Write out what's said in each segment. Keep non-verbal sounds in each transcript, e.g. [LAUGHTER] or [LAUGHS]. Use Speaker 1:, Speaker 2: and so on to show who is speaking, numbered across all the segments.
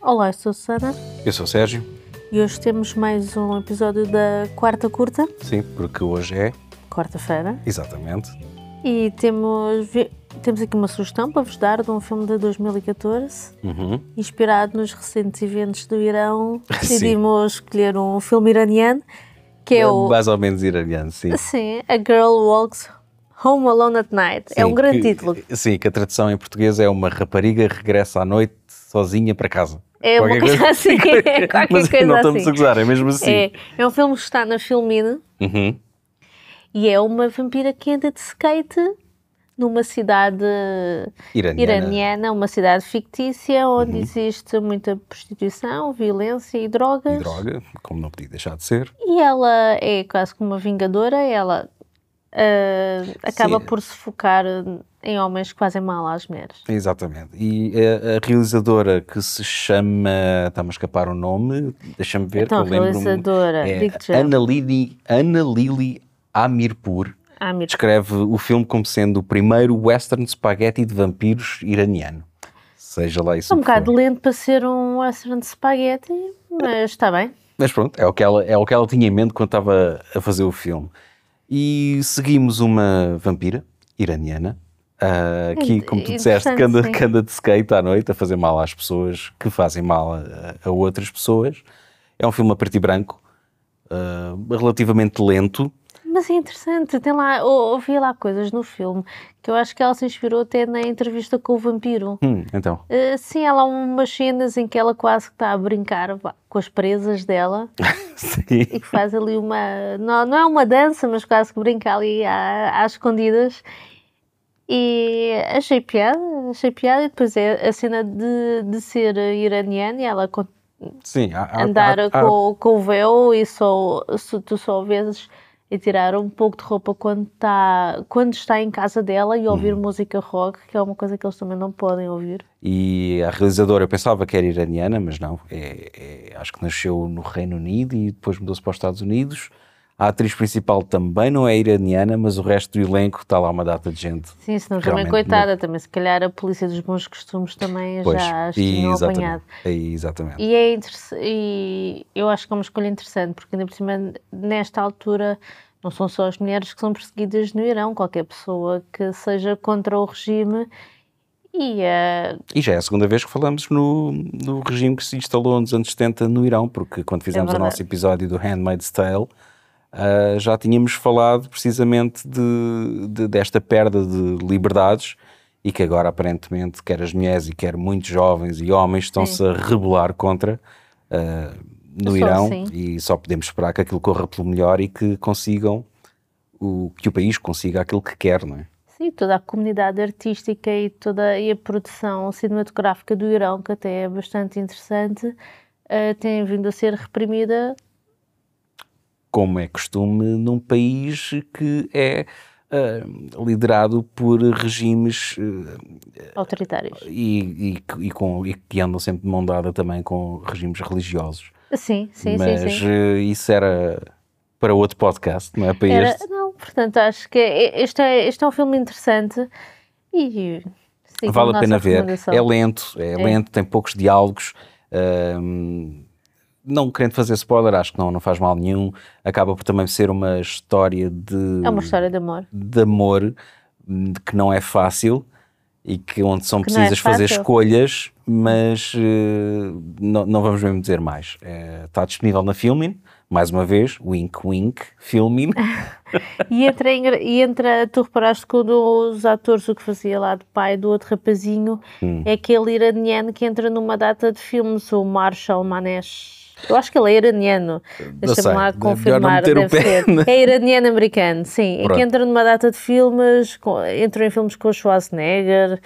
Speaker 1: Olá, eu sou a Susana
Speaker 2: Eu sou o Sérgio,
Speaker 1: e hoje temos mais um episódio da Quarta Curta,
Speaker 2: sim, porque hoje é,
Speaker 1: quarta-feira,
Speaker 2: exatamente,
Speaker 1: e temos, vi- temos aqui uma sugestão para vos dar de um filme de 2014,
Speaker 2: uhum.
Speaker 1: inspirado nos recentes eventos do Irão.
Speaker 2: [LAUGHS] Sim.
Speaker 1: Decidimos escolher um filme iraniano, que é o...
Speaker 2: mais ou menos iraniano, sim.
Speaker 1: Sim, A Girl Walks Home Alone at Night. é
Speaker 2: Sim,
Speaker 1: um grande
Speaker 2: que-
Speaker 1: título.
Speaker 2: Sim, que a tradução em português é uma rapariga regressa à noite sozinha para casa.
Speaker 1: É uma
Speaker 2: Qualquer
Speaker 1: coisa assim, [LAUGHS] é qualquer
Speaker 2: Mas
Speaker 1: coisa
Speaker 2: não estamos
Speaker 1: assim.
Speaker 2: a gozar, é mesmo assim.
Speaker 1: É, é um filme que está na Filmine
Speaker 2: Uhum.
Speaker 1: e é uma vampira que anda de skate numa cidade
Speaker 2: Iraniana. Uhum.
Speaker 1: iraniana, uma cidade fictícia onde existe muita prostituição, violência e drogas.
Speaker 2: E droga, como não podia deixar de ser.
Speaker 1: E ela é quase como uma vingadora, ela ah, acaba
Speaker 2: Sim.
Speaker 1: por se focar em homens que fazem mal às mulheres.
Speaker 2: Exatamente. E eh, a, a realizadora que se chama. Está-me a escapar o nome, deixa-me ver,
Speaker 1: Então,
Speaker 2: que eu lembro-me.
Speaker 1: realizadora, digo-te
Speaker 2: É
Speaker 1: já.
Speaker 2: Ana Lili, Ana Lili Amirpur.
Speaker 1: Ah, Mir-
Speaker 2: descreve o filme como sendo o primeiro western spaghetti de vampiros iraniano. Seja lá isso.
Speaker 1: É um
Speaker 2: o que for.
Speaker 1: bocado lento para ser um western de spaghetti, mas está bem.
Speaker 2: Mas pronto, é o, que ela, é o que ela tinha em mente quando estava a fazer o filme. E seguimos uma vampira iraniana. ah, que,
Speaker 1: Int-
Speaker 2: como tu disseste,
Speaker 1: é interessante,
Speaker 2: que anda,
Speaker 1: sim.
Speaker 2: que anda de skate à noite a fazer mal às pessoas, que fazem mal a, a outras pessoas. É um filme a preto e branco, ah, relativamente lento.
Speaker 1: Mas é interessante, tem lá, ou- ouvi lá coisas no filme que eu acho que ela se inspirou até na entrevista com o vampiro.
Speaker 2: Hum, então, [LAUGHS]
Speaker 1: Eh, sim, ela há umas cenas em que ela quase que está a brincar vá, com as presas dela
Speaker 2: sim.
Speaker 1: e que faz ali uma. Não, não é uma dança, mas quase que brinca ali à- às escondidas. E achei piada, achei piada. E depois é a cena de, de ser iraniana e ela con-
Speaker 2: sim há- há-
Speaker 1: andar
Speaker 2: há- há-
Speaker 1: com, com o véu e só, se tu só vezes e tirar um pouco de roupa quando, tá, quando está em casa dela e ouvir música rock, que é uma coisa que eles também não podem ouvir.
Speaker 2: E a realizadora, eu pensava que era iraniana, mas não. É, é- acho que nasceu no Reino Unido e depois mudou-se para os Estados Unidos. A atriz principal também não é iraniana, mas o resto do elenco está lá uma data de gente.
Speaker 1: Sim, senão também,
Speaker 2: Realmente,
Speaker 1: coitada, também se calhar a polícia dos bons costumes também já as tinham apanhado.
Speaker 2: exatamente. É, exatamente.
Speaker 1: E é interess- e eu acho que é uma escolha interessante, porque ainda por cima, nesta altura, não são só as mulheres que são perseguidas no Irão, qualquer pessoa que seja contra o regime e eh,
Speaker 2: E já é a segunda vez que falamos no, no regime que se instalou nos anos 70 no Irão, porque quando fizemos o
Speaker 1: É verdade.
Speaker 2: nosso episódio do Handmaid's Tale, ah, já tínhamos falado precisamente de, de- desta perda de liberdades e que agora aparentemente quer as mulheres e quer muitos jovens e homens estão-se a rebelar contra ah, no
Speaker 1: Só
Speaker 2: Irão
Speaker 1: assim.
Speaker 2: e só podemos esperar que aquilo corra pelo melhor e que consigam o que o país consiga aquilo que quer, não é?
Speaker 1: Sim, toda a comunidade artística e toda e a produção cinematográfica do Irão, que até é bastante interessante, eh, tem vindo a ser reprimida.
Speaker 2: como é costume num país que é ah, liderado por regimes
Speaker 1: Autoritários.
Speaker 2: ah, e, e que- e com- e que andam sempre de mão dada também com regimes religiosos.
Speaker 1: Sim, sim,
Speaker 2: Mas
Speaker 1: sim, sim.
Speaker 2: ah, isso era para outro podcast, não é? Para
Speaker 1: Era-
Speaker 2: este.
Speaker 1: não, portanto, acho que é- este é, este é um filme interessante e sigam
Speaker 2: vale a
Speaker 1: nossa
Speaker 2: pena ver.
Speaker 1: recomendação.
Speaker 2: É lento, é, lento, tem poucos diálogos. hum, não querendo fazer spoiler, acho que não, não faz mal nenhum. Acaba por também ser uma história de.
Speaker 1: É uma história de amor.
Speaker 2: de amor hum, que não é fácil e que onde são
Speaker 1: Que não é
Speaker 2: precisas fazer
Speaker 1: fácil.
Speaker 2: escolhas, mas eh, não, não vamos mesmo dizer mais. Eh, está disponível na Filmin, mais uma vez, wink wink, Filmin.
Speaker 1: E entra, engra- e entra, tu reparaste que um dos atores, o que fazia lá de pai do outro rapazinho,
Speaker 2: Hum.
Speaker 1: é aquele iraniano que entra numa data de filmes, o Marshall Manesh. Eu acho que ele é iraniano. Deixa-me
Speaker 2: sei, é
Speaker 1: lá
Speaker 2: melhor não
Speaker 1: confirmar.
Speaker 2: meter o
Speaker 1: Deve
Speaker 2: pé
Speaker 1: ser.
Speaker 2: na-
Speaker 1: É iraniano-americano, sim. É
Speaker 2: Pronto.
Speaker 1: que entra numa data de filmes, com- entrou em filmes com o Schwarzenegger.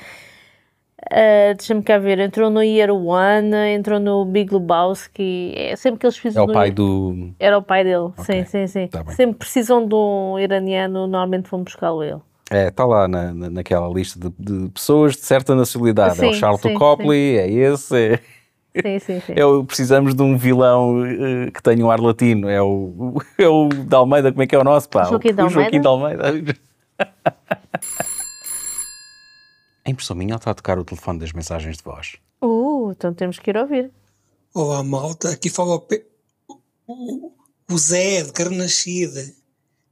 Speaker 1: ah, Deixa-me cá ver, entrou no Year One, entrou no Big Lebowski. É sempre que eles
Speaker 2: É
Speaker 1: fizeram [LAUGHS]
Speaker 2: o pai do.
Speaker 1: era o pai dele, sim, sim, sim.
Speaker 2: Tá bem.
Speaker 1: Sempre precisam de um iraniano, normalmente vão buscá-lo ele.
Speaker 2: É, está lá na, na- naquela lista de, de pessoas de certa nacionalidade. é o
Speaker 1: Sim,
Speaker 2: Charlton
Speaker 1: sim,
Speaker 2: Copley, é esse. É,
Speaker 1: Sim, sim, sim.
Speaker 2: é o- precisamos de um vilão eh, que tenha um ar latino. É o, [LAUGHS] é o de Almeida, como é que é o nosso? Pá?
Speaker 1: Joaquim de
Speaker 2: o Joaquim de [LAUGHS] Almeida. A impressão minha ou está a tocar o telefone das mensagens de voz.
Speaker 1: Uh, então temos que ir ouvir.
Speaker 3: Olá, malta. Aqui fala o, Pe- o- o Zé de Carnascida.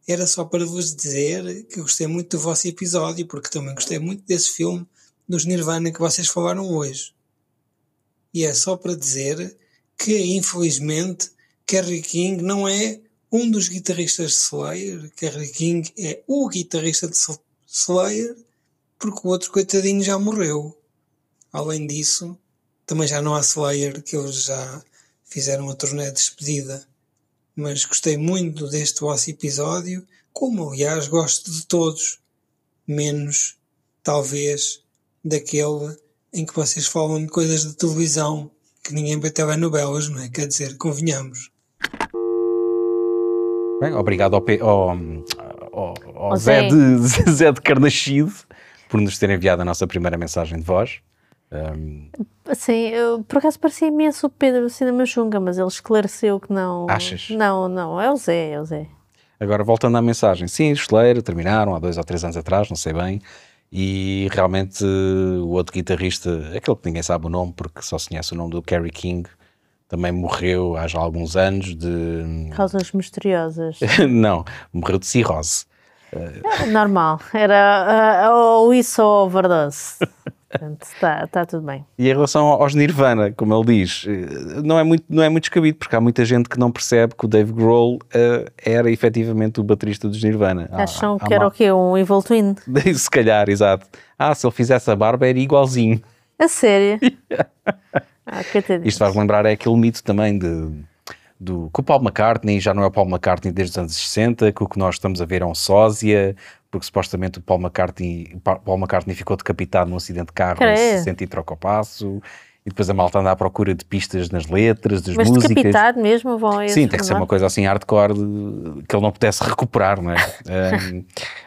Speaker 3: Era só para vos dizer que eu gostei muito do vosso episódio, porque também gostei muito desse filme dos Nirvana que vocês falaram hoje. E é só para dizer que, infelizmente, Kerry King não é um dos guitarristas de Slayer. Kerry King é o guitarrista de Sl- Slayer, porque o outro coitadinho já morreu. Além disso, também já não há Slayer, que eles já fizeram a turnê de despedida. Mas gostei muito deste vosso episódio, como aliás gosto de todos, menos, talvez, daquele em que vocês falam de coisas de televisão que ninguém vê telenovelas, não é? Quer dizer, convenhamos.
Speaker 2: Bem, obrigado ao, P- ao- ao- ao
Speaker 1: Ao Zé.
Speaker 2: Zé, de, [LAUGHS] Zé de Carnachide por nos ter enviado a nossa primeira mensagem de voz. Ahm,
Speaker 1: Sim, eu, por acaso parecia imenso o Pedro do Cinema Junga, mas ele esclareceu que não.
Speaker 2: Achas?
Speaker 1: Não, não, é o Zé, é o Zé.
Speaker 2: agora, voltando à mensagem. Sim, Esteleiro, terminaram há dois ou três anos atrás, não sei bem. E realmente eh, o outro guitarrista, aquele que ninguém sabe o nome, porque só se conhece o nome do Kerry King, também morreu há já alguns anos de. [LAUGHS]
Speaker 1: Causas misteriosas.
Speaker 2: não, morreu de cirrose.
Speaker 1: É Normal, era ah, ou isso ou overdose. Portanto, está tá tudo bem.
Speaker 2: E em relação aos Nirvana, como ele diz, eh, não é muito, não é muito descabido, porque há muita gente que não percebe que o Dave Grohl eh, era efetivamente o baterista dos Nirvana. Há-
Speaker 1: Acham
Speaker 2: há- há
Speaker 1: que era
Speaker 2: mal-
Speaker 1: o quê? Um Evoltuin?
Speaker 2: [LAUGHS] Se calhar, exato. Ah, se ele fizesse a barba era igualzinho.
Speaker 1: A sério?
Speaker 2: [LAUGHS]
Speaker 1: ah, coitadinho.
Speaker 2: Isto faz lembrar é aquele mito também de, do, que o Paul McCartney já não é o Paul McCartney desde os anos 60, que o que nós estamos a ver é um sósia, porque supostamente o Paul McCartney, Pa- Paul McCartney ficou decapitado num acidente de carro em
Speaker 1: Creio.
Speaker 2: 60 e troca o passo, e depois a malta anda à procura de pistas nas letras, das
Speaker 1: Mas é
Speaker 2: músicas.
Speaker 1: decapitado mesmo vão a esse
Speaker 2: Sim, tem que ser uma
Speaker 1: formato?
Speaker 2: coisa assim hardcore de- que ele não pudesse recuperar, não é? Ahm,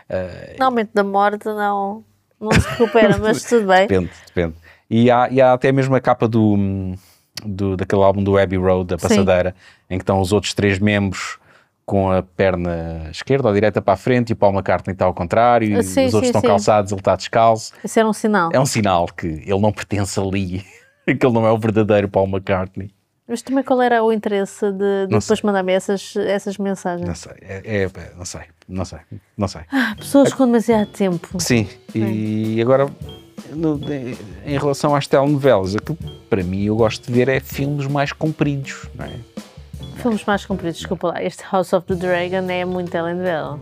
Speaker 2: ah,
Speaker 1: Normalmente da morte não, não se recupera,
Speaker 2: [LAUGHS]
Speaker 1: mas tudo bem.
Speaker 2: depende, depende. E há, e há até mesmo a capa do, hum, do- daquele álbum do Abbey Road, da
Speaker 1: Sim.
Speaker 2: Passadeira, em que estão os outros três membros com a perna esquerda ou direita para a frente e o Paul McCartney está ao contrário, e
Speaker 1: Ah, sim,
Speaker 2: os outros
Speaker 1: sim,
Speaker 2: estão
Speaker 1: sim.
Speaker 2: calçados, ele está descalço.
Speaker 1: Isso era um sinal.
Speaker 2: É um sinal que ele não pertence ali, [LAUGHS] que ele não é o verdadeiro Paul McCartney.
Speaker 1: Mas também qual era o interesse de, de
Speaker 2: Não
Speaker 1: depois mandar-me essas, essas mensagens?
Speaker 2: Não sei, é- é- não sei, não sei, não sei. É
Speaker 1: Pessoas com demasiado tempo.
Speaker 2: Sim, e agora no- de- em relação às telenovelas, aquilo que para mim eu gosto de ver é filmes mais compridos, não é?
Speaker 1: Filmes mais compridos, desculpa lá. Este House of the Dragon é muito telenovela.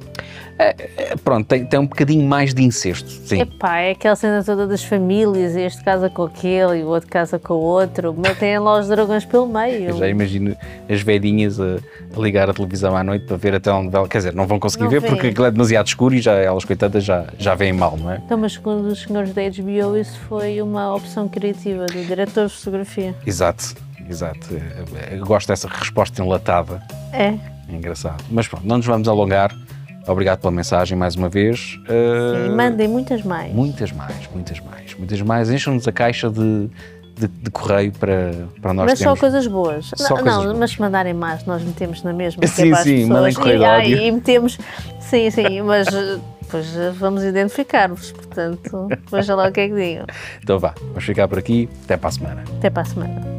Speaker 2: É, Pronto, tem, tem um bocadinho mais de incesto, sim.
Speaker 1: Epá, é aquela cena toda das famílias, este casa com aquele e o outro casa com o outro. Metem lá os dragões pelo meio.
Speaker 2: Eu já imagino as velhinhas a, a ligar a televisão à noite para ver a telenovela, quer dizer, não vão conseguir
Speaker 1: Não
Speaker 2: ver
Speaker 1: vê.
Speaker 2: porque aquilo é demasiado escuro e já elas, coitadas, já, já veem mal, não é?
Speaker 1: Então, mas segundo os senhores da HBO, isso foi uma opção criativa do diretor de fotografia.
Speaker 2: Exato, exato. É, Eu- eu gosto dessa resposta enlatada.
Speaker 1: É.
Speaker 2: É engraçado. Mas pronto, não nos vamos alongar. Obrigado pela mensagem mais uma vez.
Speaker 1: E
Speaker 2: Ah,
Speaker 1: mandem muitas mais.
Speaker 2: Muitas mais, muitas mais, muitas mais. Encham-nos a caixa de, de, de correio para, para nós
Speaker 1: mas só
Speaker 2: termos.
Speaker 1: coisas boas.
Speaker 2: Só
Speaker 1: não,
Speaker 2: coisas
Speaker 1: não,
Speaker 2: boas.
Speaker 1: mas se mandarem mais, nós metemos na mesma.
Speaker 2: Sim,
Speaker 1: que é para as
Speaker 2: sim,
Speaker 1: pessoas.
Speaker 2: mandem correio de
Speaker 1: e, ah,
Speaker 2: ódio.
Speaker 1: e metemos. Sim, sim, mas eh, pois eh, vamos identificar-vos. Portanto, veja lá o que é que digo.
Speaker 2: Então vá, vamos ficar por aqui. Até para a semana.
Speaker 1: Até para a semana.